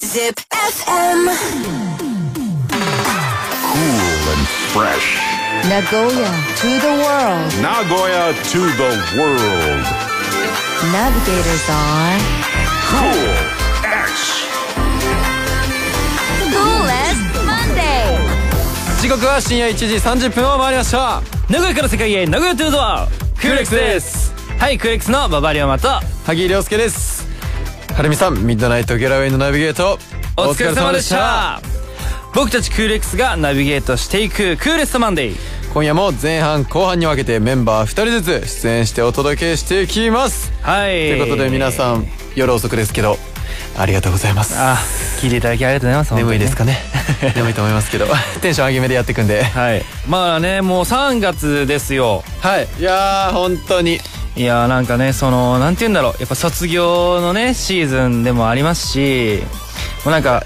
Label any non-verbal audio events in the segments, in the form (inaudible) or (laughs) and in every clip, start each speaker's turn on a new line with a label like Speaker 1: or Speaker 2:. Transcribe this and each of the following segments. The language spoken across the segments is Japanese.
Speaker 1: Zip FM.
Speaker 2: Cool and fresh.
Speaker 1: Nagoya to the world.
Speaker 2: Nagoya to the world.
Speaker 1: Navigators are
Speaker 2: Cool X.
Speaker 1: cool as Monday.
Speaker 3: 時刻は深夜1時30分を回りました
Speaker 4: 名古屋から世界へ名古屋トゥードア
Speaker 3: クーレックスです
Speaker 4: はいクーレックスの馬場龍馬と
Speaker 3: 萩亮介ですはるみさんミッドナイトギャラウェイのナビゲート
Speaker 4: お疲れ様でした僕たちクーレックスがナビゲートしていくクーレストマンデー
Speaker 3: 今夜も前半後半に分けてメンバー2人ずつ出演してお届けしていきます、
Speaker 4: はい
Speaker 3: ということで皆
Speaker 4: ん
Speaker 3: さん夜遅くですけどありがとうございます
Speaker 4: あ聞いていただきありがとうございます
Speaker 3: 眠いですかね (laughs) 眠いと思いますけどテンション上げ目でやっていくんで
Speaker 4: 本当にねはいまあねもう3月ですよ
Speaker 3: はいいやー本当に
Speaker 4: いやーなんかねそのなんて言うんだろうやっぱ卒業のねシーズンでもありますしもうなんか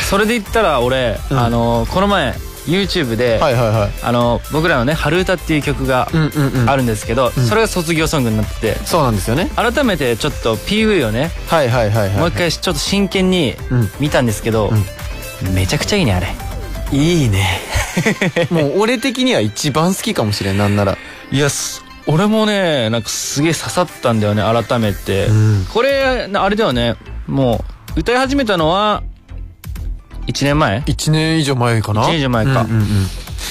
Speaker 4: それで言ったら俺、
Speaker 3: ん
Speaker 4: あのこの前 YouTube で、
Speaker 3: はいはいはい
Speaker 4: あの僕らのね「春歌」っていう曲が
Speaker 3: んうんうん
Speaker 4: あるんですけど、それが卒業ソングになってて
Speaker 3: そうなんですよね
Speaker 4: 改めてちょっと PV をね
Speaker 3: はいはいはいはい
Speaker 4: もう一回ちょっと真剣に
Speaker 3: うん
Speaker 4: 見たんですけど、めちゃくちゃいいねあれ
Speaker 3: いいね (laughs) もう俺的には一番好きかもしれんなんなら
Speaker 4: いやす俺もねなんかすげえ刺さったんだよね改めて、
Speaker 3: ん
Speaker 4: これあれだよねもう歌い始めたのは1年前
Speaker 3: 1年以上前かな
Speaker 4: 一年以上前か
Speaker 3: うんうん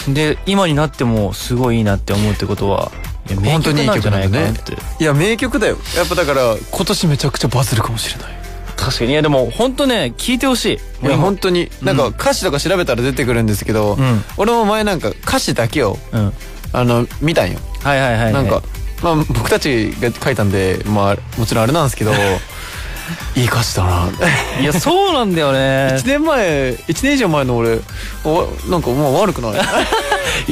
Speaker 3: うん
Speaker 4: で今になってもすごいいいなって思うってことはいや
Speaker 3: 本当にいい
Speaker 4: 名
Speaker 3: 曲なんだ
Speaker 4: じゃ
Speaker 3: ね
Speaker 4: いかなって
Speaker 3: いや名曲だよやっぱだから今年めちゃくちゃバズるかもしれない
Speaker 4: 確かにいやでも本当ね聞いてほしい
Speaker 3: い
Speaker 4: もう
Speaker 3: や
Speaker 4: 今
Speaker 3: 本当になんか歌詞とか調べたら出てくるんですけど、
Speaker 4: ん
Speaker 3: 俺も前なんか歌詞だけを
Speaker 4: うん
Speaker 3: あの見たんよ
Speaker 4: はいはいはいはい
Speaker 3: なんか、まあ僕たちが書いたんでまあもちろんあれなんです (laughs) けどいい歌詞だ (laughs) ない
Speaker 4: やそうなんだよね
Speaker 3: 1年前1年以上前の俺おなんかもう悪くない
Speaker 4: (laughs)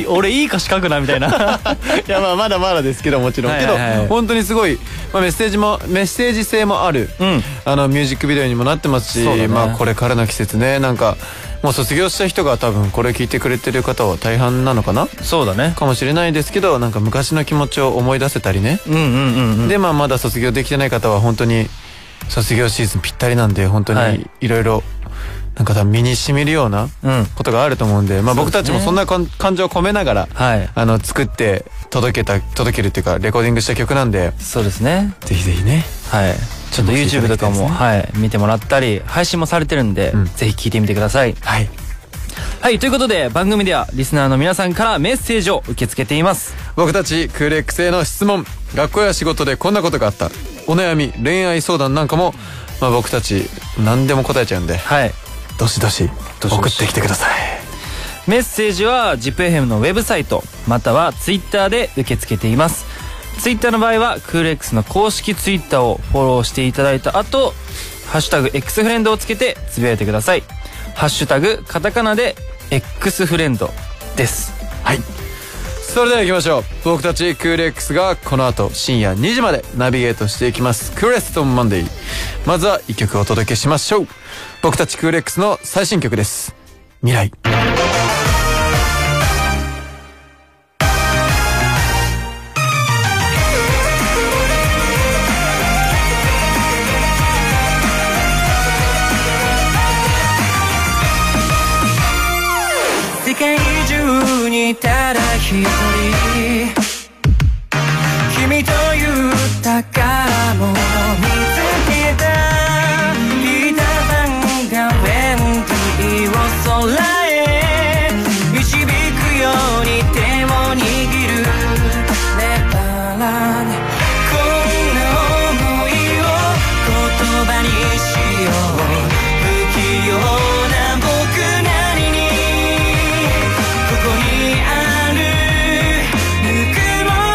Speaker 4: 俺いい歌詞書くなみたいな
Speaker 3: (laughs) いやまあまだまだですけどもちろん、
Speaker 4: はいはいはい
Speaker 3: けど本当にすごい、まあ、メッセージもメッセージ性もある、
Speaker 4: うん
Speaker 3: あのミュージックビデオにもなってますし、
Speaker 4: そうだね
Speaker 3: まあこれからの季節ねなんかもう卒業した人が多分これ聞いてくれてる方は大半なのかな
Speaker 4: (laughs) そうだね
Speaker 3: かもしれないですけどなんか昔の気持ちを思い出せたりね、
Speaker 4: うんうんうんうん
Speaker 3: でまあまだ卒業できてない方は本当に卒業シーズンぴったりなんで本当
Speaker 4: は
Speaker 3: に
Speaker 4: い
Speaker 3: いろいろなんか多分身に染みるような
Speaker 4: うん
Speaker 3: ことがあると思うんで、まあ僕たちもそんな感感情を込めながら、
Speaker 4: はい
Speaker 3: あの作って届けた届けるっていうかレコーディングした曲なんで
Speaker 4: そうですね
Speaker 3: ぜひぜひね
Speaker 4: はいちょっと
Speaker 3: 注目してい
Speaker 4: YouTube
Speaker 3: ただ
Speaker 4: と
Speaker 3: きた
Speaker 4: か
Speaker 3: いです
Speaker 4: も、
Speaker 3: ね
Speaker 4: はい見てもらったり配信もされてるんで、
Speaker 3: ん
Speaker 4: ぜひ聞いてみてください
Speaker 3: はい
Speaker 4: はいということで番組ではリスナーの皆さんからメッセージを受け付けています
Speaker 3: 僕たちクーレックスへの質問学校や仕事でこんなことがあったお悩み恋愛相談なんかも、まあ、僕たち何でも答えちゃうんで
Speaker 4: はい
Speaker 3: どしどし
Speaker 4: どしど
Speaker 3: 送
Speaker 4: し
Speaker 3: ってきてください
Speaker 4: メッセージは ZIPFM のウェブサイトまたは Twitter で受け付けていますツイッターの場合はクール X の公式ツイッターをフォローしていただいた後ハッシュタグ X フレンドをつけてつぶやいてくださいハッシュタグカタカナで X フレンドです
Speaker 3: はいそれでは行きましょう僕たちクーレックスがこの後深夜2時までナビゲートしていきますクーレストンマンデーまずは1曲お届けしましょう僕たちクーレックスの最新曲です未来
Speaker 4: 世界中にただ一人君という宝物を見つけたピーターパンがウェンディを空へ導くように手を握るねばらねこんな想いを言葉にしよう不器用な僕なりにここにある「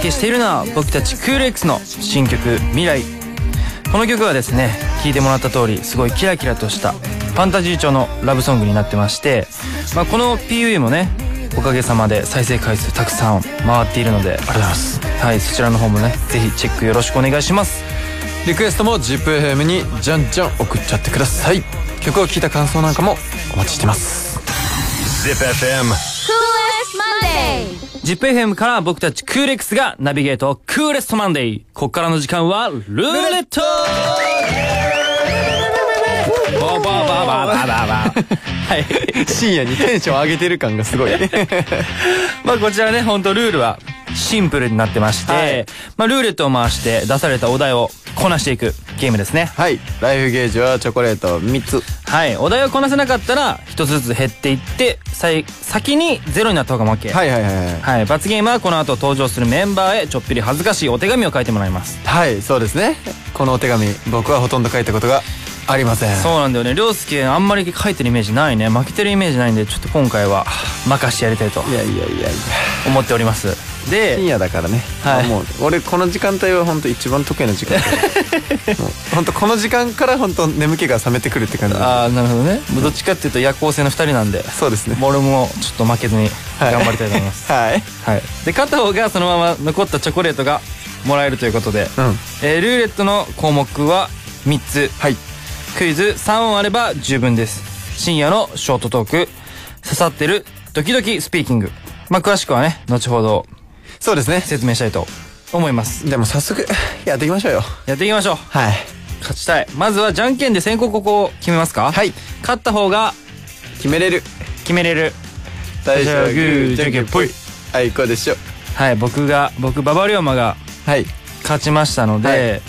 Speaker 4: けしているのは僕たちクール X の新曲「未来」この曲はですね聴いてもらった通りすごいキラキラとしたファンタジー調のラブソングになってまして、まあ、この PV もねおかげさまで再生回数たくさん回っているのでありがとうございます、はい、そちらの方もねぜひチェックよろしくお願いします
Speaker 3: リクエストも ZIPFM にじゃんじゃん送っちゃってください曲を聴いた感想なんかもお待ちしてます
Speaker 5: Zip FM.
Speaker 1: Coolest Monday.
Speaker 4: ZIPFM から僕たちクール X がナビゲートクーレストマンデーこっからの時間はルーレットバーバーバーバーバーバーバーはい
Speaker 3: 深夜にテンション上げてる感がす (laughs) ごい
Speaker 4: まあこちらね、ほんとルールはシンプルになってまして、
Speaker 3: はい
Speaker 4: まあルーレットを回して出されたお題をこなしていくゲームですね。
Speaker 3: はいライフゲージはチョコレート3つ
Speaker 4: はい。お題をこなせなかったら、一つずつ減っていって、最先にゼロになった方が OK。。
Speaker 3: はいいはいはいはい
Speaker 4: はい。罰ゲームはこの後登場するメンバーへちょっぴり恥ずかしいお手紙を書いてもらいます。
Speaker 3: はいそうですねこのお手紙僕はほとんど書いたことがありません
Speaker 4: そうなんだよね。りょうすけあんまり書いてるイメージないね。負けてるイメージないんで、ちょっと今回は任してやりたいと
Speaker 3: いやいやいやいや
Speaker 4: 思っております。で、
Speaker 3: 深夜だからね、
Speaker 4: はい
Speaker 3: あもう俺この時間帯は本当一番得意な時間 (laughs) 帯もう本当この時間から本当眠気が覚めてくるって感じ
Speaker 4: ああなるほどねどっちかっていうと夜行性の2人なんで
Speaker 3: そうですね
Speaker 4: 俺もちょっと負けずに
Speaker 3: はい
Speaker 4: 頑張りたいと思い
Speaker 3: (laughs)
Speaker 4: ます、
Speaker 3: はい
Speaker 4: はいで片方がそのまま残ったチョコレートがもらえるということで、
Speaker 3: うん
Speaker 4: えールーレットの項目は3つ
Speaker 3: はい
Speaker 4: クイズ3音あれば十分です深夜のショートトーク刺さってるドキドキスピーキングまあ詳しくはね後ほど
Speaker 3: そうですね
Speaker 4: 説明したいと思います
Speaker 3: でも早速やっていきましょうよ
Speaker 4: やっていきましょう
Speaker 3: はい
Speaker 4: 勝ちたいまずはじゃんけんで先行ここを決めますか
Speaker 3: はい
Speaker 4: 勝った方が
Speaker 3: 決めれる
Speaker 4: 決めれる
Speaker 3: 大
Speaker 4: 丈夫じゃんけんぽい
Speaker 3: はいこうでしょ
Speaker 4: はい僕が僕馬場龍馬が
Speaker 3: はい
Speaker 4: 勝ちましたので、
Speaker 3: はい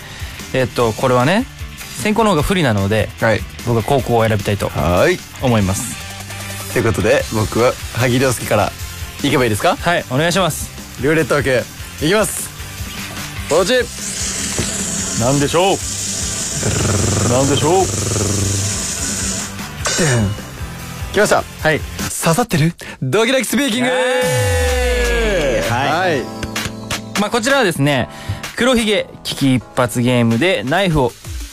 Speaker 4: えっとこれはね先行の方が不利なので
Speaker 3: はい
Speaker 4: 僕は後攻を選びたいと
Speaker 3: はい
Speaker 4: 思います
Speaker 3: ということで僕は萩涼介からいけばいいですか
Speaker 4: はいお願いします
Speaker 3: ルーレットオーケーいきますポチ
Speaker 5: なんでしょう。なんでしょう。
Speaker 3: 来ました
Speaker 4: はい
Speaker 3: 刺さってるドキドキスピーキング
Speaker 4: はい
Speaker 3: はい
Speaker 4: まあこちらはですね黒ひげ危機一発ゲームでナイフを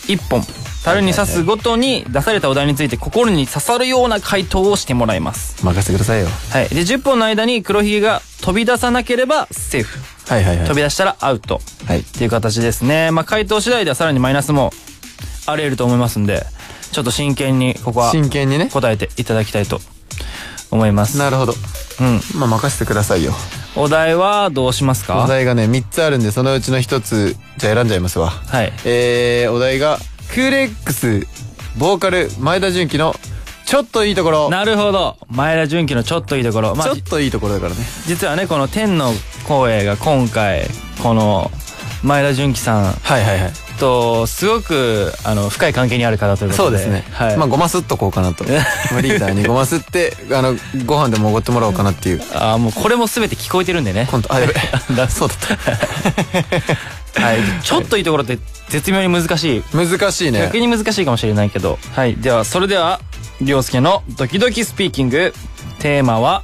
Speaker 4: 一本樽に刺すごとに出されたお題について心に刺さるような回答をしてもらいます
Speaker 3: 任せてくださいよ
Speaker 4: はいで10本の間に黒ひげが飛び出さなければセーフ
Speaker 3: はいはいはい
Speaker 4: 飛び出したらアウト
Speaker 3: はい
Speaker 4: っていう形ですね。まあ、回答次第ではさらにマイナスもあり得ると思いますんで、ちょっと真剣にここは
Speaker 3: 真剣にね
Speaker 4: 答えていただきたいと思います。
Speaker 3: なるほど
Speaker 4: うん。
Speaker 3: まあ任せてくださいよ
Speaker 4: お題はどうしますか
Speaker 3: お題がね3つあるんでそのうちの1つじゃあ選んじゃいますわ
Speaker 4: はい
Speaker 3: えー、お題がクーレックスボーカル前田純喜のちょっといいところ
Speaker 4: なるほど。前田純喜のちょっといいところ。ま
Speaker 3: ち
Speaker 4: あ
Speaker 3: ょっ、といいところだからね
Speaker 4: 実はね、この天の光栄が今回、この前田純喜さん
Speaker 3: はいはいはい
Speaker 4: とすごくあの深い関係にある方というこ
Speaker 3: そう
Speaker 4: と
Speaker 3: で
Speaker 4: で。
Speaker 3: すね、
Speaker 4: はい。
Speaker 3: まあごますっとこうかな (laughs) とまあリーダーにごますってあのご飯でもおごってもらおうかなっていう
Speaker 4: あーもうこれも全て聞こえてるんでね。
Speaker 3: コントあやべ (laughs) そうだった
Speaker 4: はい。ちょっといいところって絶妙に難しい
Speaker 3: 難しいね
Speaker 4: 逆に難しいかもしれないけど。はい。では、それでは、りょうすけのドキドキスピーキング。テーマは、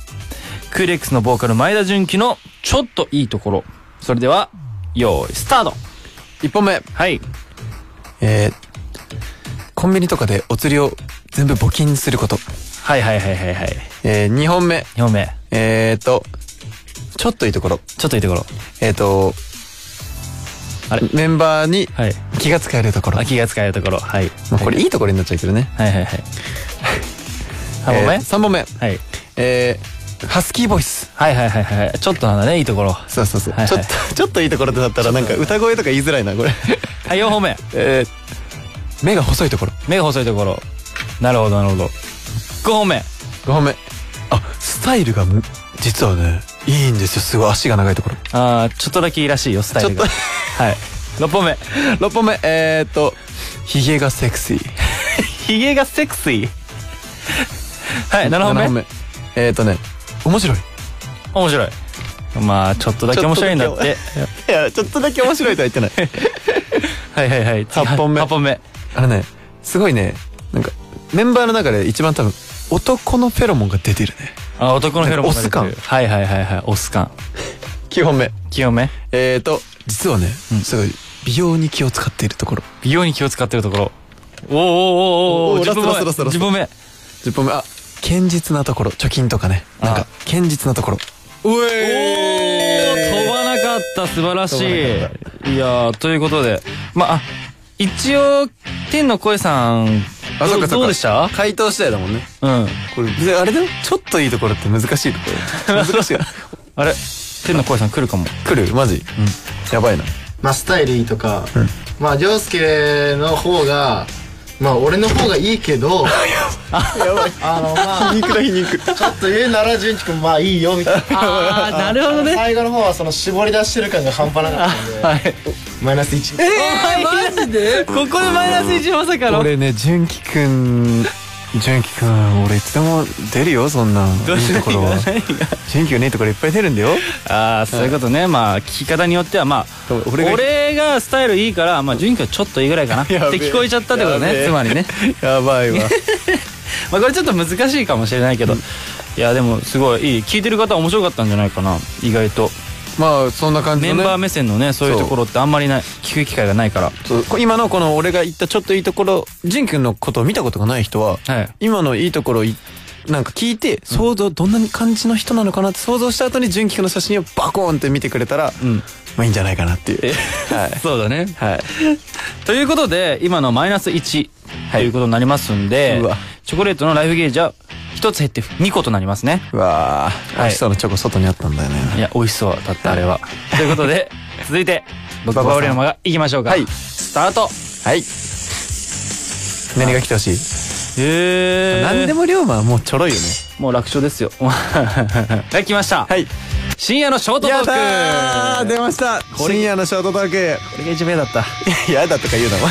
Speaker 4: クーレックスのボーカル前田純喜のちょっといいところ。それでは、用意、スタート
Speaker 3: 1本目
Speaker 4: はい。
Speaker 3: えー、コンビニとかでお釣りを全部募金すること
Speaker 4: はいはいはいはいはい。
Speaker 3: えー、2本目
Speaker 4: 2本目。
Speaker 3: えーとちょっといいところ
Speaker 4: ちょっといいところ。
Speaker 3: えっ、と、
Speaker 4: あれ
Speaker 3: メンバーに
Speaker 4: はい。
Speaker 3: 気が使えるところ。
Speaker 4: あ、気が使えるところ。はい。
Speaker 3: まあ、これいいところになっちゃうけどね。
Speaker 4: はいはいはい。3本目、
Speaker 3: (laughs) えー三本目。
Speaker 4: はい。
Speaker 3: えー、ハスキーボイス。
Speaker 4: はいはいはいはい。ちょっとなんだね、いいところ。
Speaker 3: そうそうそう。
Speaker 4: はいはい
Speaker 3: ちょっと、ちょ (laughs) っといいところだったらなんか歌声とか言いづらいな、こ (laughs) れ。
Speaker 4: はい、4本目。
Speaker 3: えー、目が細いところ。
Speaker 4: 目が細いところ。なるほどなるほど。5本目。
Speaker 3: 5本目。あ、スタイルがむ、実はね、いいんですよ。すごい足が長いところ。
Speaker 4: ああ、ちょっとだけいいらしいよ、スタイルが。
Speaker 3: ちょ
Speaker 4: はい。6本目。
Speaker 3: (laughs) 6本目。えーと、髭がセクシー。
Speaker 4: ヒゲがセクシー。はい、7本目。
Speaker 3: 七えーとね、面白い。
Speaker 4: 面白い。まあ、ちょっとだけ面白いんだって。
Speaker 3: いや、ちょっとだけ面白いとは言ってない。
Speaker 4: はいはいはい。
Speaker 3: 八本目
Speaker 4: 8本目。
Speaker 3: あのね、すごいね、なんか、メンバーの中で一番多分、男のフェロモンが出てるね。
Speaker 4: あ、男のフェロモンが出てくる
Speaker 3: なんかオス
Speaker 4: はいはいはいはい、オス感。
Speaker 3: 9本目。
Speaker 4: 清め
Speaker 3: えーと、実はね、すごい美容に気を使っているところ。
Speaker 4: 美容に気を使ってるところおーおーおーおーお
Speaker 3: お
Speaker 4: ー
Speaker 3: ー
Speaker 4: 10分
Speaker 3: ラストラストラ
Speaker 4: 目
Speaker 3: スト
Speaker 4: 10分目
Speaker 3: 10本目、あ、堅実なところ。貯金とかね。なん
Speaker 4: あ
Speaker 3: か、堅実なところ。
Speaker 4: おー飛ばなかった素晴らしいいやーということでまああ一応天の声さん
Speaker 3: あ、そっ
Speaker 4: ど
Speaker 3: かそっか。
Speaker 4: どうでした
Speaker 3: 回答次第だもんね。
Speaker 4: うん
Speaker 3: これ、別にあれだよ。ちょっといいところって難しいところ。難
Speaker 4: (laughs)
Speaker 3: しいよ。
Speaker 4: あれ天の声さん来るかも
Speaker 3: 来るマジ、やばいな。
Speaker 6: まあ、スタイルいいとか、まあ凌介の方がまあ俺の方がい
Speaker 4: (laughs)
Speaker 6: いけどあのまあ
Speaker 3: 肉だ、皮肉。
Speaker 6: ちょっと言うなら純喜君まあいいよみたい
Speaker 4: (laughs)
Speaker 6: な
Speaker 4: ああなるほどね
Speaker 6: 最後の方はその絞り出してる感が半端な
Speaker 4: (laughs)
Speaker 6: かったん
Speaker 4: はい
Speaker 6: でマイナス1
Speaker 4: マジでここでマイナス1まさかの
Speaker 3: 俺ね、純喜くん、純喜くん、俺いつでも出るよ、そんなん。
Speaker 4: どう
Speaker 3: いい
Speaker 4: した
Speaker 3: ところ
Speaker 4: 何
Speaker 3: は。
Speaker 4: が
Speaker 3: 純喜くんね、いいところいっぱい出るんだよ。
Speaker 4: ああそういうことね、まあ聞き方によってはまあ俺
Speaker 3: 俺
Speaker 4: が
Speaker 3: が
Speaker 4: スタイルいいからまあ純喜はちょっといいぐらいかなって
Speaker 3: やべえ
Speaker 4: 聞こえちゃったってこと
Speaker 3: やべ
Speaker 4: ね
Speaker 3: え
Speaker 4: つまりね
Speaker 3: やばいわ。
Speaker 4: まあこれちょっと難しいかもしれないけど、いやでもすごいいい聞いてる方は面白かったんじゃないかな意外と
Speaker 3: まあ、そんな感じ
Speaker 4: メ
Speaker 3: の
Speaker 4: ン
Speaker 3: ね。
Speaker 4: バー目線のねそういうところってあんまりない聞く機会がないから
Speaker 3: そうこ今のこの俺が言ったちょっといいところ仁君のことを見たことがない人は、
Speaker 4: はい
Speaker 3: 今のいいところをいなんか聞いて想像どんな感じの人なのかなって想像した後に純喜君の写真をバコーンって見てくれたら、
Speaker 4: ん
Speaker 3: まあいいんじゃないかなっていうはい
Speaker 4: (laughs) そうだね
Speaker 3: はい
Speaker 4: ということで今のマイナス1ということになりますんで、
Speaker 3: うわ
Speaker 4: チョコレートのライフゲージは1つ減って2個となりますね
Speaker 3: うわー、
Speaker 4: はい
Speaker 3: 美味しそうなチョコ外にあったんだよね
Speaker 4: いや美味しそうだったあれはということ (laughs) で続いて僕バオリのマがいきましょうか
Speaker 3: はい
Speaker 4: スタート
Speaker 3: はい何が来てほしい、
Speaker 4: へ
Speaker 3: 何で
Speaker 4: も
Speaker 3: も龍馬はもうちょろいよね
Speaker 4: もう楽勝 (laughs) ですよはい来ました、
Speaker 3: はい
Speaker 4: 深夜のショートトーク
Speaker 3: ー出ました
Speaker 4: これ
Speaker 3: 深夜のショートトーク
Speaker 4: これが一番嫌だった
Speaker 3: い (laughs) ややだとか言うなお前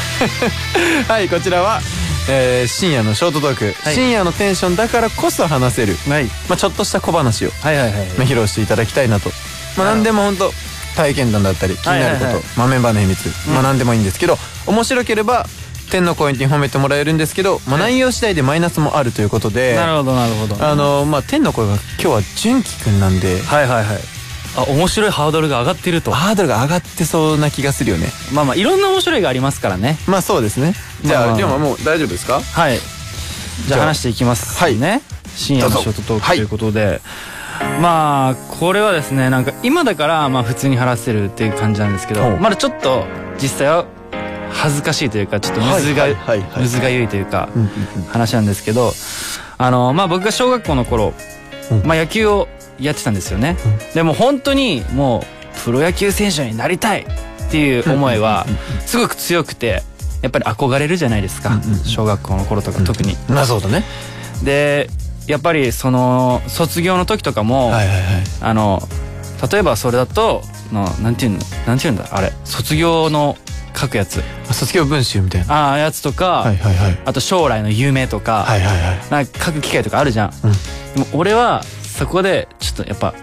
Speaker 3: (laughs) はいこちらは、えー深夜のショートトーク、
Speaker 4: はい
Speaker 3: 深夜のテンションだからこそ話せる、
Speaker 4: はい
Speaker 3: まあ、ちょっとした小話を、
Speaker 4: はいはいはい
Speaker 3: まあ披露していただきたいなと、まあ、何でも本当体験談だったり気になること、
Speaker 4: はいはいはい
Speaker 3: まあ、メンバーの秘密、まあ、何でもいいんですけど面白ければ天の声に褒めてもらえるんですけど、まあ、内容次第でマイナスもあるということで、
Speaker 4: なるほどなるほど
Speaker 3: あのまあ、天の声が今日は純喜くんなんで
Speaker 4: はいはいはいあ面白いハードルが上がってると
Speaker 3: ハードルが上がってそうな気がするよね
Speaker 4: まあまあいろんな面白いがありますからね
Speaker 3: まあそうですねじ
Speaker 4: ま
Speaker 3: ゃ
Speaker 4: あ
Speaker 3: あ龍馬もう大丈夫ですか
Speaker 4: はいじゃあ
Speaker 3: じゃあ
Speaker 4: 話していきます
Speaker 3: はい
Speaker 4: ね深夜のショートトークということで、まあこれはですねなんか今だからまあ普通に話せるっていう感じなんですけ
Speaker 3: ほ
Speaker 4: ど
Speaker 3: う
Speaker 4: まだちょっと実際は恥ずかしいというかちょっと水が、
Speaker 3: はいはいはいはい
Speaker 4: 水がゆいというか、
Speaker 3: うんうん
Speaker 4: 話なんですけどあのまあ僕が小学校の頃、
Speaker 3: うん
Speaker 4: まあ、野球をやってたんですよね、でも本当にもうプロ野球選手になりたいっていう思いはすごく強くてやっぱり憧れるじゃないですか、小学校の頃とか特に、
Speaker 3: まあそうだね
Speaker 4: でやっぱりその卒業の時とかも、
Speaker 3: はいはいはい
Speaker 4: あの例えばそれだとのなんていうのなんていうんだあれ卒業の書くやつ
Speaker 3: あ卒業文集みたいな
Speaker 4: ああやつとか、
Speaker 3: はいはいはい
Speaker 4: あと将来の夢とか、
Speaker 3: はいはいはい
Speaker 4: なんか書く機会とかあるじゃん、
Speaker 3: うん
Speaker 4: でも俺はそこでちょっとやっぱ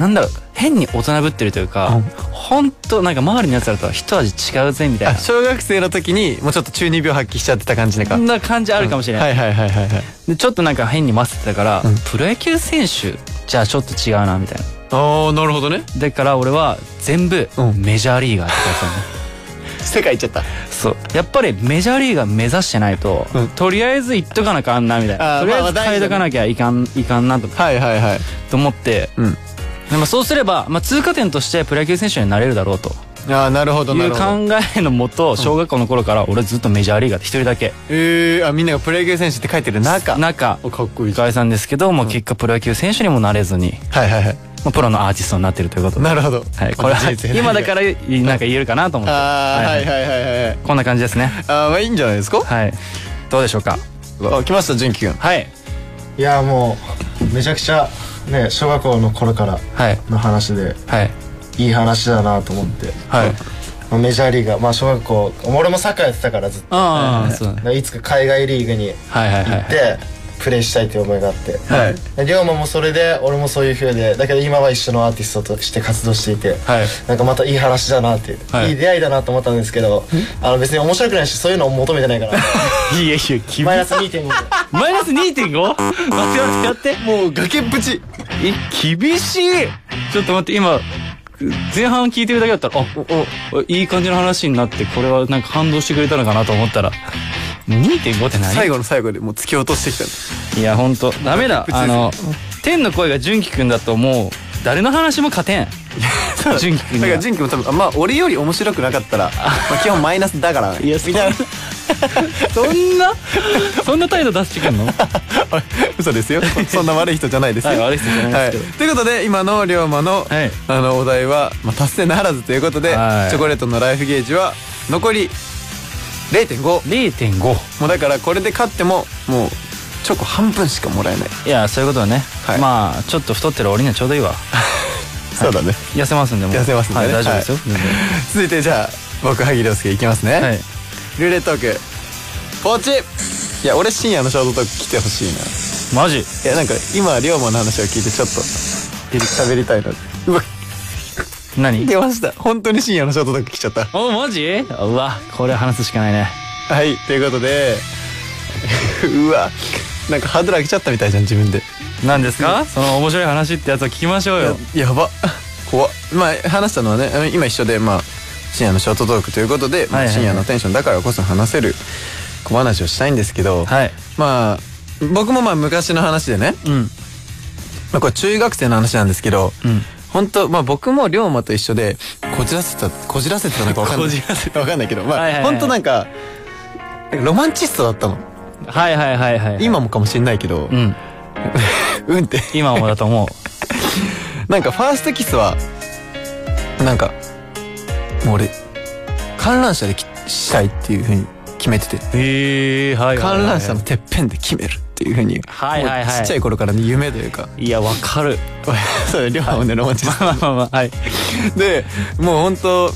Speaker 4: なんだろう変に大人ぶってるというか、
Speaker 3: うん
Speaker 4: ほんとなんか周りのやつらとは一味違うぜみたい
Speaker 3: あ
Speaker 4: な
Speaker 3: 小学生の時にもうちょっと中二病発揮しちゃってた感じねか
Speaker 4: そんな感じあるかもしれない、
Speaker 3: はいはいはいはいはい
Speaker 4: でちょっとなんか変に混ぜてたから、
Speaker 3: うん
Speaker 4: プロ野球選手じゃあちょっと違うなみたいな
Speaker 3: ああなるほどね
Speaker 4: だから俺は全部
Speaker 3: うん
Speaker 4: メジャーリーガーってやつなんだ
Speaker 3: (laughs) 世界行っちゃった
Speaker 4: そうやっぱりメジャーリーガー目指してないと、
Speaker 3: うん
Speaker 4: とりあえず行っとかなきゃあんなみたいな
Speaker 3: あー
Speaker 4: とりあえ
Speaker 3: まあ
Speaker 4: ず
Speaker 3: まあ
Speaker 4: 変えとかなきゃいかんいかんなとか
Speaker 3: はいはいはい
Speaker 4: と思って、
Speaker 3: うん
Speaker 4: でもそうすれば、まあ、通過点としてプロ野球選手になれるだろうと
Speaker 3: ああなるほど
Speaker 4: い
Speaker 3: な
Speaker 4: う
Speaker 3: るほど
Speaker 4: 考えのもと小学校の頃から俺ずっとメジャーリーガーで一人だけ
Speaker 3: えー、あみんながプロ野球選手って書いてる中
Speaker 4: 中
Speaker 3: おかっこいい
Speaker 4: 解散ですけど、まあ、結果プロ野球選手にもなれずに、
Speaker 3: はいはいはい
Speaker 4: まあ、プロのアーティストになってるということで、
Speaker 3: なるほど
Speaker 4: はい、これは
Speaker 3: 人生
Speaker 4: 今だからなんか言えるかなと思って、
Speaker 3: ああはいはいはいはい
Speaker 4: こんな感じですね
Speaker 3: あーまあいいんじゃないですか
Speaker 4: はいどうでしょうか
Speaker 3: あ来ました純喜くん
Speaker 4: はい
Speaker 6: いやもうめちゃくちゃね小学校の頃から
Speaker 4: はい
Speaker 6: の話で
Speaker 4: はい
Speaker 6: いい話だなと思って、
Speaker 4: はい
Speaker 6: まあメジャーリーガーまあ小学校俺もサッカーやってたからずっと
Speaker 4: ああそうだね
Speaker 6: だからいつか海外リーグに
Speaker 4: はいはいはい
Speaker 6: でプレーしたいという思いがあって、
Speaker 4: はい
Speaker 6: で龍馬もそれで俺もそういう風でだけど今は一緒のアーティストとして活動していて、
Speaker 4: はい
Speaker 6: なんかまたいい話だなっていう、
Speaker 4: はい
Speaker 6: い、い出会いだなと思ったんですけどあの別に面白くないしそういうのを求め
Speaker 4: (laughs)
Speaker 6: てないから
Speaker 4: いやいや気
Speaker 6: マイナス2.5で
Speaker 4: マイナス 2.5? 待って待って待って。もう
Speaker 3: 崖っぷち
Speaker 4: え、厳しいちょっと待って、今、前半聞いてるだけだったら、あ、おおいい感じの話になって、これはなんか感動してくれたのかなと思ったら、2.5って何
Speaker 3: 最後の最後でもう突き落としてきたの
Speaker 4: いや本当ダメだあの天の声が純喜くんだともう誰の話も勝てん純喜くん
Speaker 3: だ
Speaker 4: に
Speaker 3: か
Speaker 4: は
Speaker 3: らジンキも多分あまあ俺より面白くなかった
Speaker 4: (laughs)
Speaker 3: ら、まあ、基本マイナスだからいやみたいな (laughs)
Speaker 4: そんなそんな態度出してくんのは
Speaker 3: 嘘ですよそんな悪い人じゃないですよ
Speaker 4: い悪い人じゃない
Speaker 3: はい、
Speaker 4: ですけど、
Speaker 3: ということで今の龍馬の,、
Speaker 4: はい
Speaker 3: あのお題は、まあ、達成ならずということで、
Speaker 4: はい
Speaker 3: チョコレートのライフゲージは残り0.5も
Speaker 4: 0.5
Speaker 3: うだからこれで勝ってももうチョコ半分しかもらえない、
Speaker 4: いやそういうことはね、
Speaker 3: はい
Speaker 4: まあちょっと太ってる俺にはちょうどいいわ
Speaker 3: そうだね
Speaker 4: 痩せますんでもう
Speaker 3: 痩せますんでね
Speaker 4: はい、大丈夫ですよ、
Speaker 3: 続いてじゃあ僕萩亮介いきますね、
Speaker 4: はい
Speaker 3: ルーレットークポチいや俺深夜のショートトーク来てほしいな
Speaker 4: マジ
Speaker 3: いやなんか今龍馬の話を聞いてちょっと喋りたいなうわ
Speaker 4: 何
Speaker 3: 出ました本当に深夜のショートトーク来ちゃった
Speaker 4: おマジうわこれは話すしかないね
Speaker 3: はいということで (laughs) うわなんかハードル上げちゃったみたいじゃん自分で
Speaker 4: 何ですかその面白い話ってやつを聞きましょうよ
Speaker 3: ややば怖っまあ話したのはねあの今一緒でまあ深夜のショートトークということで、ま
Speaker 4: は
Speaker 3: あ
Speaker 4: いはいはい
Speaker 3: 深夜のテンションだからこそ話せる小話をしたいんですけど、
Speaker 4: はい
Speaker 3: まあ僕もまあ昔の話でね、
Speaker 4: うん
Speaker 3: まあ、これ中学生の話なんですけど、
Speaker 4: うん
Speaker 3: 本当まあ僕も龍馬と一緒でこじらせたこじらせてたのか分かんない
Speaker 4: こじらせ
Speaker 3: 分かんないけどまあ、
Speaker 4: はいはいはい
Speaker 3: 本当なんかなんかロマンチストだったの
Speaker 4: はいはいはいはい
Speaker 3: 今もかもしれないけど、う、
Speaker 4: うんん
Speaker 3: って
Speaker 4: 今もだと思う
Speaker 3: なんかファーストキスはなんかもう俺観覧車できしたいっていうふうに決めてて
Speaker 4: (laughs) へえはいはいはい
Speaker 3: (laughs) 観覧車のてっぺんで決めるっていうふうに、
Speaker 4: はいはいはい
Speaker 3: もうちっちゃい頃からの夢というか
Speaker 4: いやわかる
Speaker 3: (laughs) そう龍馬もねロマンチスト
Speaker 4: まあまあまあはい
Speaker 3: でもう本当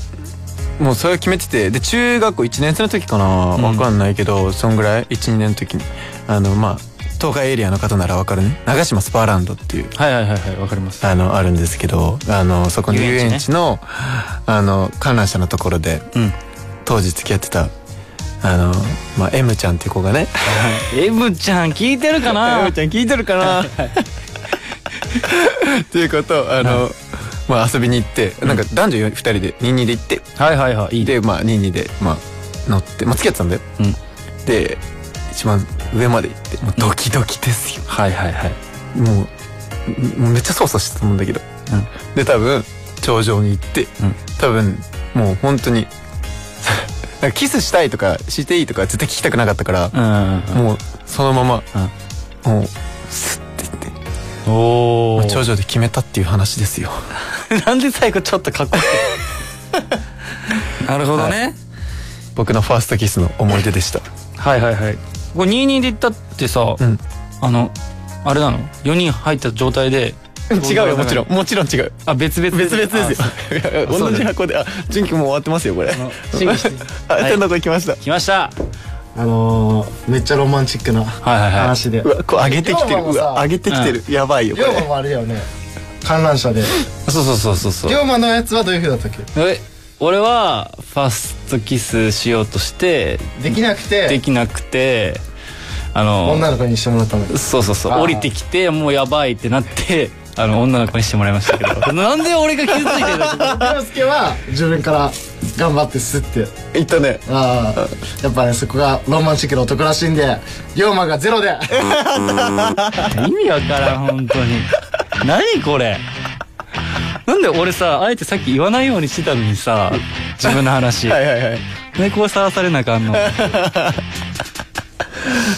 Speaker 3: もうそれを決めててで中学校1年生の時かな、わかんないけどそんぐらい12年の時にあのまあ東海エリアの方ならわかるね長島スパーランドっていう
Speaker 4: はいはいはいはいわかります
Speaker 3: あのあるんですけどあのそこの遊
Speaker 4: 遊園地ね
Speaker 3: 園地のあの観覧車のところで、
Speaker 4: ん
Speaker 3: 当時付き合ってたあの、まあ、M ちゃん (laughs) っていう子がね
Speaker 4: M ちゃん聞いてるかな
Speaker 3: M ちゃん聞いてるかなっていうことあの、まあ、遊びに行ってなんか男女2人で22で行って
Speaker 4: はいはいはいいい
Speaker 3: でまあ22で、まあ、乗って、まあ、付き合ってたんだよ、で一番上まで行ってもうドキドキですよ、
Speaker 4: はいはいはい
Speaker 3: もうもうめっちゃ操作してたと思うんだけど、で多分頂上に行って、多分もう本当に (laughs) なんかキスしたいとかしていいとか絶対聞きたくなかったから、
Speaker 4: う
Speaker 3: もうそのまま、もうスッて行って
Speaker 4: んおお
Speaker 3: 頂上で決めたっていう話です (laughs) よ
Speaker 4: (laughs) なんで最後ちょっとかっこいい (laughs) なるほどね
Speaker 3: 僕のファーストキスの思い出でした
Speaker 4: はいはいはいこれ22で行ったってさ
Speaker 3: ん
Speaker 4: あのあれなの4人入った状態で
Speaker 3: 違うよもちろんもちろん違う
Speaker 4: あ別々
Speaker 3: 別々です (laughs) よ
Speaker 4: あそう
Speaker 3: 同じ箱であ純喜もう終わってますよこれ
Speaker 4: あ審議して
Speaker 3: (laughs) あ
Speaker 4: はい
Speaker 3: 天の声来ました
Speaker 4: 来ました
Speaker 6: あのー、めっちゃロマンチックな
Speaker 4: はいはい
Speaker 6: 話で
Speaker 3: うわこう上げてきて
Speaker 6: 龍
Speaker 3: る
Speaker 6: 馬も
Speaker 3: う
Speaker 6: さ
Speaker 3: わ上げてきてるやばいよこ
Speaker 6: 龍
Speaker 3: れ
Speaker 6: 馬もあれだよね観覧車で
Speaker 4: そうそうそうそうそう
Speaker 6: 龍馬のやつはどういうふうだったっけ
Speaker 4: え俺はファーストキスしようとして
Speaker 6: できなく
Speaker 4: で
Speaker 6: て
Speaker 4: きなくてあの
Speaker 6: 女の子にしてもらったんだけど
Speaker 4: そうそうそう
Speaker 6: あー
Speaker 4: 降りてきてもうやばいってなってあの女の子にしてもらいましたけ (laughs) どなんで俺が傷ついてるんだ
Speaker 6: 龍介は自分から頑張ってすって
Speaker 3: いったね
Speaker 6: ああやっぱねそこがロマンチックな男らしいんで龍馬がゼロで
Speaker 4: 意味わからん本 (laughs) 当に何これなんで俺さあえてさっき言わないようにしてたのにさ自分の話
Speaker 3: はいはいはい
Speaker 4: でこうさらされなあかんの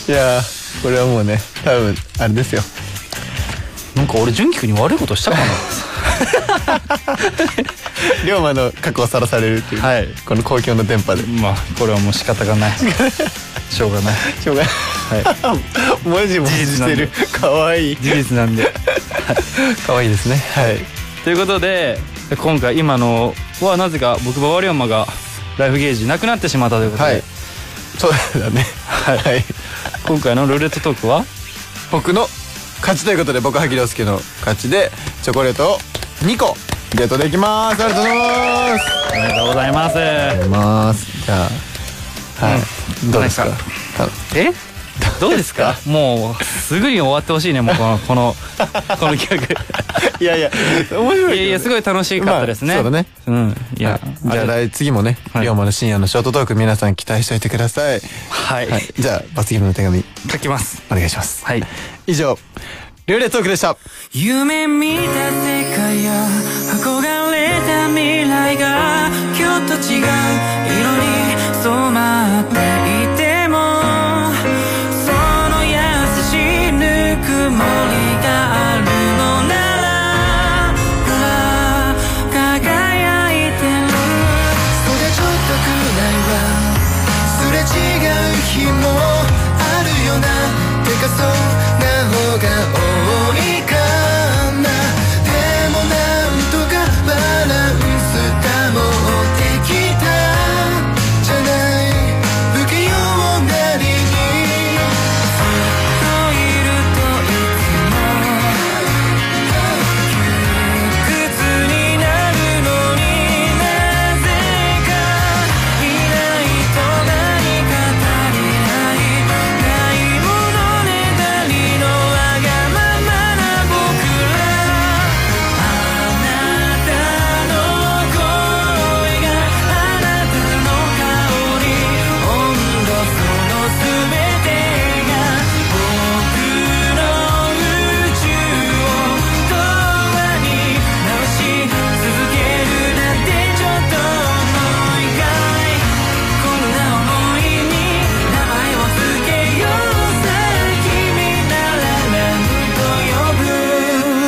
Speaker 3: いやーこれはもうね多分あれですよ
Speaker 4: なんか俺純喜君に悪いことしたかな
Speaker 3: 龍馬の過去をさらされるっていう、
Speaker 4: はい
Speaker 3: この公共の電波
Speaker 4: (laughs)
Speaker 3: で
Speaker 4: まあこれはもう仕方 (laughs) がないしょうがない
Speaker 3: しょうがない (laughs) 文字もしてるかわいい
Speaker 4: 事実なんで
Speaker 3: かわいいですねはい
Speaker 4: ということで今回今のはなぜか僕バワリオンマがライフゲージなくなってしまったということで、
Speaker 3: はいそうだねはい、
Speaker 4: 今回のルーレットトークは
Speaker 3: 僕の勝ちということで僕萩亮介の勝ちでチョコレートを2個ゲットできますありがとうございます
Speaker 4: おめでとうございます
Speaker 3: ます。じゃあ、はい、どうですか。
Speaker 4: え (laughs) どうですかもうすぐに終わってほしいねもうこのこのこの企
Speaker 2: いやいや、面
Speaker 4: 画
Speaker 2: 白
Speaker 4: いやいやすごい楽しかったですね、
Speaker 3: まあそうだね
Speaker 4: うんいや、
Speaker 3: じゃあ
Speaker 4: あれ
Speaker 3: 来次もね、
Speaker 4: はい
Speaker 3: 龍馬の深夜のショートトーク皆さん期待しておいてください。
Speaker 4: はい、
Speaker 3: はい。じゃあ、罰ゲームの手紙、
Speaker 4: 書きます
Speaker 3: お願いします。
Speaker 4: はい
Speaker 3: 以上、ルーレットトークでした。
Speaker 7: 夢見た世界や憧れた未来が今日と違う色に染まっていてもその優しいぬくもりがあるのならほら輝いてるそれちょっとくらいは
Speaker 8: すれ違う日もあるよなてかそうな方が多いかなでもなんとかバランス保ってきたじゃない不器用なりに
Speaker 7: ずっといるといつも窮屈になるのになぜかいないと何か足りないないものねだりのわがままな僕らあなたの声があなたの形になって温度その全てが僕の宇宙を永遠に直し続けるなんてちょっと思いがいこんな想いに名前を付けようさ君な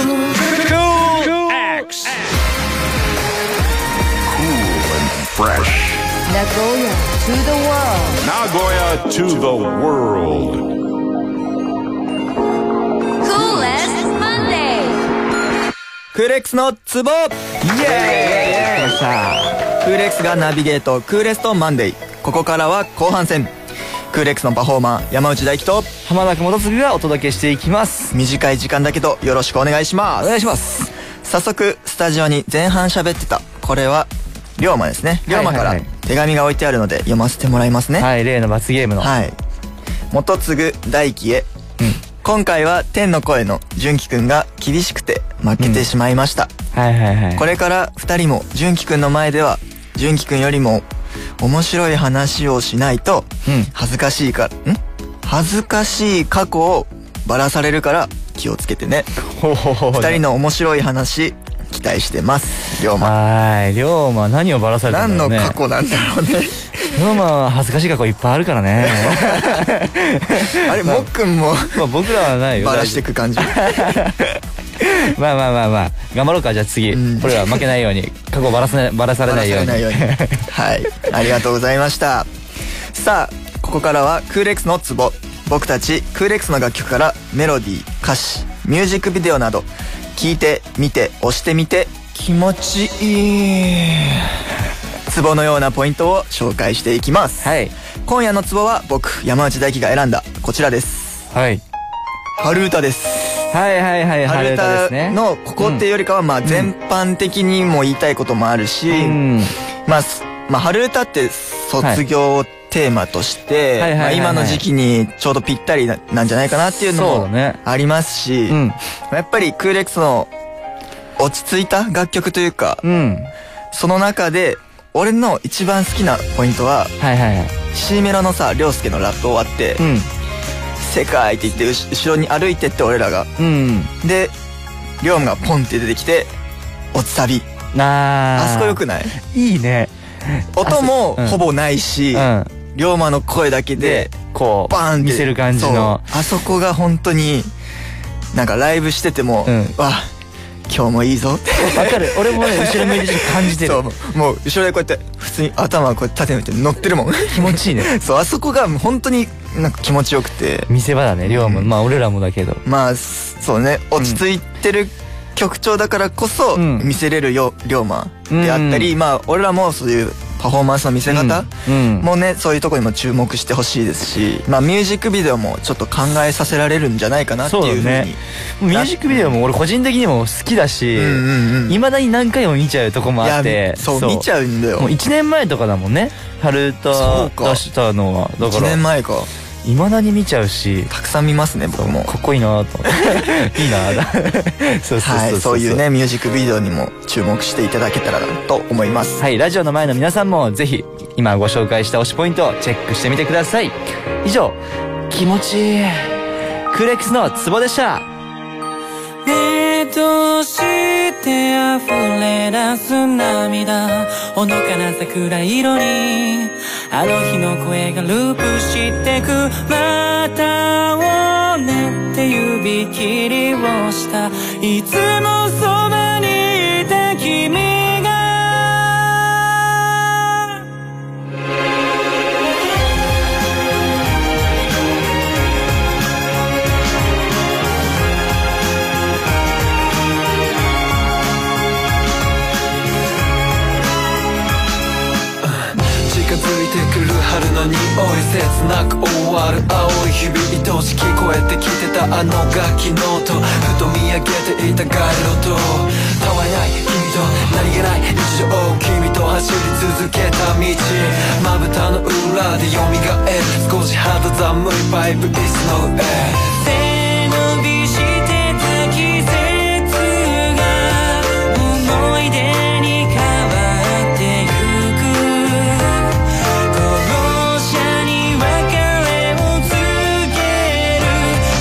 Speaker 7: ら何と呼ぶ
Speaker 2: Nagoya to the world.
Speaker 9: Coolest Monday.
Speaker 10: クーレックスのツボイエーイクーレックスがナビゲートクーレストマンデーここからは後半戦クーレックスのパフォーマー山内大輝と
Speaker 4: 浜中元次がお届けしていきます
Speaker 10: 短い時間だけどよろしくお願いします
Speaker 4: お願いします
Speaker 10: 早速スタジオに前半喋ってたこれは龍馬ですね龍馬か
Speaker 4: は
Speaker 10: ら
Speaker 4: いはいは
Speaker 10: 手紙が置いてあるので読ませてもらいますね
Speaker 4: はい例の罰ゲームの
Speaker 10: はい元次大輝へ、今回は天の声の純喜くんが厳しくて負けてしまいました、
Speaker 4: はいはいは
Speaker 10: これから2人も純喜くんの前では純喜くんよりも面白い話をしないと
Speaker 4: うん
Speaker 10: 恥ずかしいかん恥ずかしい過去をバラされるから気をつけてね
Speaker 4: ほほほ
Speaker 10: 2人の面白い話期待してます龍馬
Speaker 4: はい龍馬何をバラされたんだろ
Speaker 10: 何の
Speaker 4: うね
Speaker 10: 過去なんだろう
Speaker 4: (laughs)
Speaker 10: ね
Speaker 4: 龍馬は恥ずかしい過去いっぱいあるから (laughs) ね
Speaker 10: あれもっくんも
Speaker 4: まあ僕らはないよ
Speaker 10: バラしてく感じ
Speaker 4: まあまあまあまあ頑張ろうかじゃあ次、
Speaker 10: うん
Speaker 4: これは負けないように過去バラさないバラされないように
Speaker 10: バラされないようにはいありがとうございましたさあここからはクーレックスのツボ僕たちクーレックスの楽曲からメロディー歌詞ミュージックビデオなど聴いて見て押してみて気持ちいいツボのようなポイントを紹介していきま
Speaker 4: (laughs)
Speaker 10: す、
Speaker 4: はい
Speaker 10: 今夜のツボは僕山内大輝が選んだこちらです
Speaker 4: はい
Speaker 10: 春歌です
Speaker 4: はいはいはい
Speaker 10: 春
Speaker 4: 春歌で
Speaker 10: 歌
Speaker 4: すね
Speaker 10: のここっていうよりかはまあ全般的にも言いたいこともあるし、
Speaker 4: うん
Speaker 10: まあ、すまあ、春歌って卒業をテーマとし
Speaker 4: はい
Speaker 10: て、
Speaker 4: はい
Speaker 10: ま
Speaker 4: は
Speaker 10: あ、
Speaker 4: いはい
Speaker 10: 今の時期にちょうどぴったりななんじゃないかなっていう
Speaker 4: そう
Speaker 10: の
Speaker 4: だ
Speaker 10: も
Speaker 4: ね
Speaker 10: ありますし、
Speaker 4: うん
Speaker 10: やっぱりクーレックスの落ち着いた楽曲というか、
Speaker 4: うん
Speaker 10: その中で、俺の一番好きなポイントは、
Speaker 4: はいはいはい
Speaker 10: C メロのさ、涼介のラップ終わって、
Speaker 4: うん
Speaker 10: 世界って言って、うし後ろに歩いてって俺らが。
Speaker 4: うん
Speaker 10: で、りょうむがポンって出てきて、落ちサビ。
Speaker 4: な
Speaker 10: あそこよくない
Speaker 4: いいね
Speaker 10: 音も
Speaker 4: うん
Speaker 10: ほぼないし、
Speaker 4: うん
Speaker 10: 龍馬の声だけで
Speaker 4: こう
Speaker 10: バーンって
Speaker 4: 見せる感じの
Speaker 10: そうあそこが本当になんかライブしてても、
Speaker 4: うん
Speaker 10: わあ今日もいいぞって
Speaker 4: わかる俺もね後ろ向いてる時感じてる
Speaker 10: そうもう後ろでこうやって普通に頭こうやって縦向いて乗ってるもん
Speaker 4: 気持ちいいね
Speaker 10: (laughs) そうあそこが本当になんか気持ちよくて
Speaker 4: 見せ場だね龍馬も
Speaker 10: うん
Speaker 4: まあ俺らもだけど
Speaker 10: まあそうね落ち着いてる曲調だからこそ
Speaker 4: うん
Speaker 10: 見せれるよ龍馬であったり、まあ俺らもそういうパフォーマンスの見せ方、
Speaker 4: うん
Speaker 10: もうねそういうとこにも注目してほしいですし、まあ、ミュージックビデオもちょっと考えさせられるんじゃないかなっていう
Speaker 4: そう
Speaker 10: ふう
Speaker 4: だ
Speaker 10: に
Speaker 4: ねミュージックビデオも俺個人的にも好きだし
Speaker 10: うんうんうん
Speaker 4: いまだに何回も見ちゃうとこもあっ
Speaker 10: い
Speaker 4: て
Speaker 10: やそう見ちゃうんだよ
Speaker 4: もう1年前とかだもんね春
Speaker 10: そう
Speaker 4: と
Speaker 10: か
Speaker 4: 出したのはだ
Speaker 10: 1
Speaker 4: から
Speaker 10: 年前か
Speaker 4: いまだに見ちゃうした
Speaker 10: くさん見ますね僕も
Speaker 4: かっこいいなと (laughs) 思っていいな (laughs) だそうそうそ
Speaker 10: はいうそういうねミュージックビデオにも注目していただけたらと思います
Speaker 4: はいラジオの前の皆さんもぜひ今ご紹介した推しポイントをチェックしてみてください以上気持ちいいクレックスのツボでした
Speaker 7: ねえどうして溢れ出す涙ほのかな桜色にあの日の声がループしてくまたをねって指切りをしたいつもそばにいた君が
Speaker 11: 近づいてくる春の匂い切なく終わる青い日々愛し聞こえてきてたあの楽器の音ふと見上げていた街路とたわいない君と何気ない日常君と走り続けた道まぶたの裏で蘇え少し肌寒いパイプ椅子の上
Speaker 7: 背伸びしてた季節が思い出に変わってゆく校舎に別れを告げる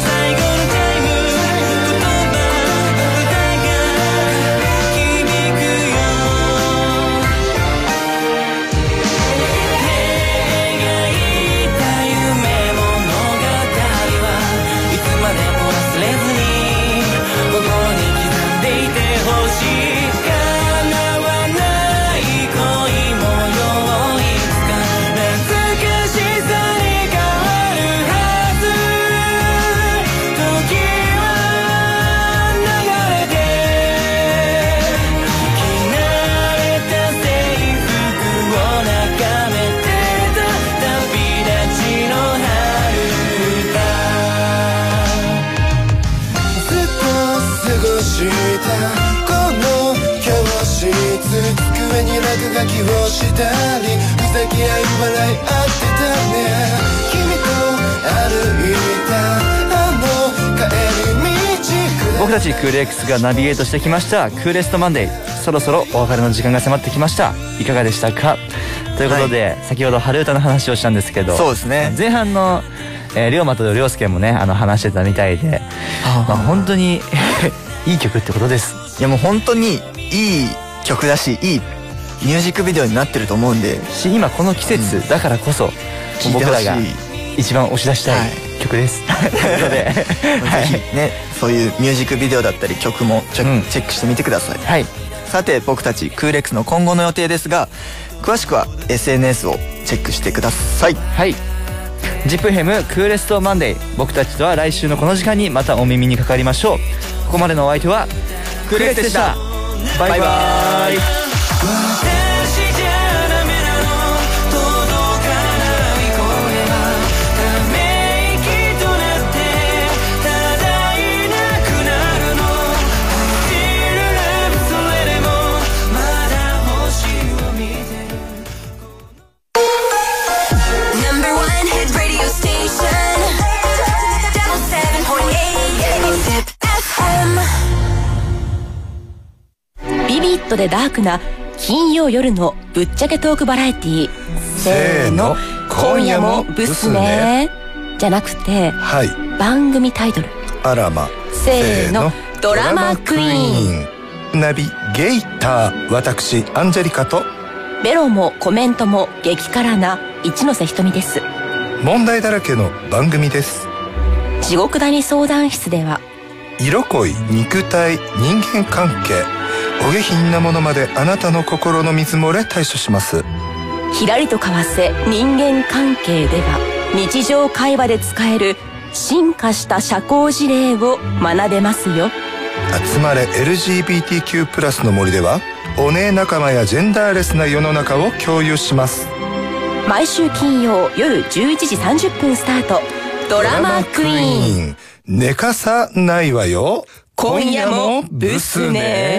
Speaker 7: 最後のタイム言葉歌が響くよ描いた夢物語は「いつまでも忘れずに心に刻んでいてほしい」「叶わない恋もよいつか懐かしさに変わるはず」「時は流れて」着慣れた制服を眺めてた旅立ちの春だ
Speaker 12: ずっと過ごしたこの教室机に落書きをしたりふざけ合い笑い合ってたね君と歩いたあの帰り道
Speaker 4: 僕たちクール X がナビゲートしてきましたクーレストマンデーそろそろお別れの時間が迫ってきましたいかがでしたかということで、先ほど春歌の話をしたんですけど
Speaker 10: そうですね
Speaker 4: 前半の、えー、龍馬と龍介もねあの話してたみたいで、まあ、本当に (laughs) いい曲ってことです
Speaker 10: いやもう本当にいい曲だしいいミュージックビデオになってると思うんで
Speaker 4: し今この季節だからこそ、
Speaker 10: 聴いて
Speaker 4: 僕
Speaker 10: ほ
Speaker 4: ら
Speaker 10: しい、
Speaker 4: が
Speaker 10: はい
Speaker 4: 一番押し出したい曲です、 (laughs) ということで
Speaker 10: ぜひねそういうミュージックビデオだったり曲もチェ,、
Speaker 4: うん
Speaker 10: チェックしてみてください
Speaker 4: はい
Speaker 10: さて僕たちクーレックスの今後の予定ですが詳しくは SNS をチェックしてください
Speaker 4: はい。ジップヘムクーレストマンデー。僕たちとは来週のこの時間にまたお耳にかかりましょう。ここまでのお相手はクーレスでした。バイバーイ
Speaker 7: 私じゃダメなの届かない声はため息となってただいなくなるの I feel love それでもまだ星を見てる
Speaker 13: Number one hit radio station. Double seven point eight. Zip FM.
Speaker 1: ビビットでダークな金曜夜のぶっちゃけトークバラエティせーの今夜もブスねじゃなくて
Speaker 12: はい
Speaker 1: 番組タイトル
Speaker 12: あらま
Speaker 1: せーのドラマクイーン
Speaker 12: ンナビゲーター私アンジェリカと
Speaker 1: ベロもコメントも激辛な一ノ瀬ひとみです
Speaker 12: 問題だらけの番組です
Speaker 1: 地獄谷相談室では
Speaker 12: 色恋肉体人間関係お下品なものまであなたの心の水漏れ対処します
Speaker 1: ひらりと交わせ人間関係では日常会話で使える進化した社交辞令を学べますよ
Speaker 12: 集まれ LGBTQ+ プラスの森ではお姉仲間やジェンダーレスな世の中を共有します
Speaker 1: 毎週金曜夜11時30分スタートドラマクイーン
Speaker 12: ン寝かさないわよ
Speaker 1: 今夜もブスね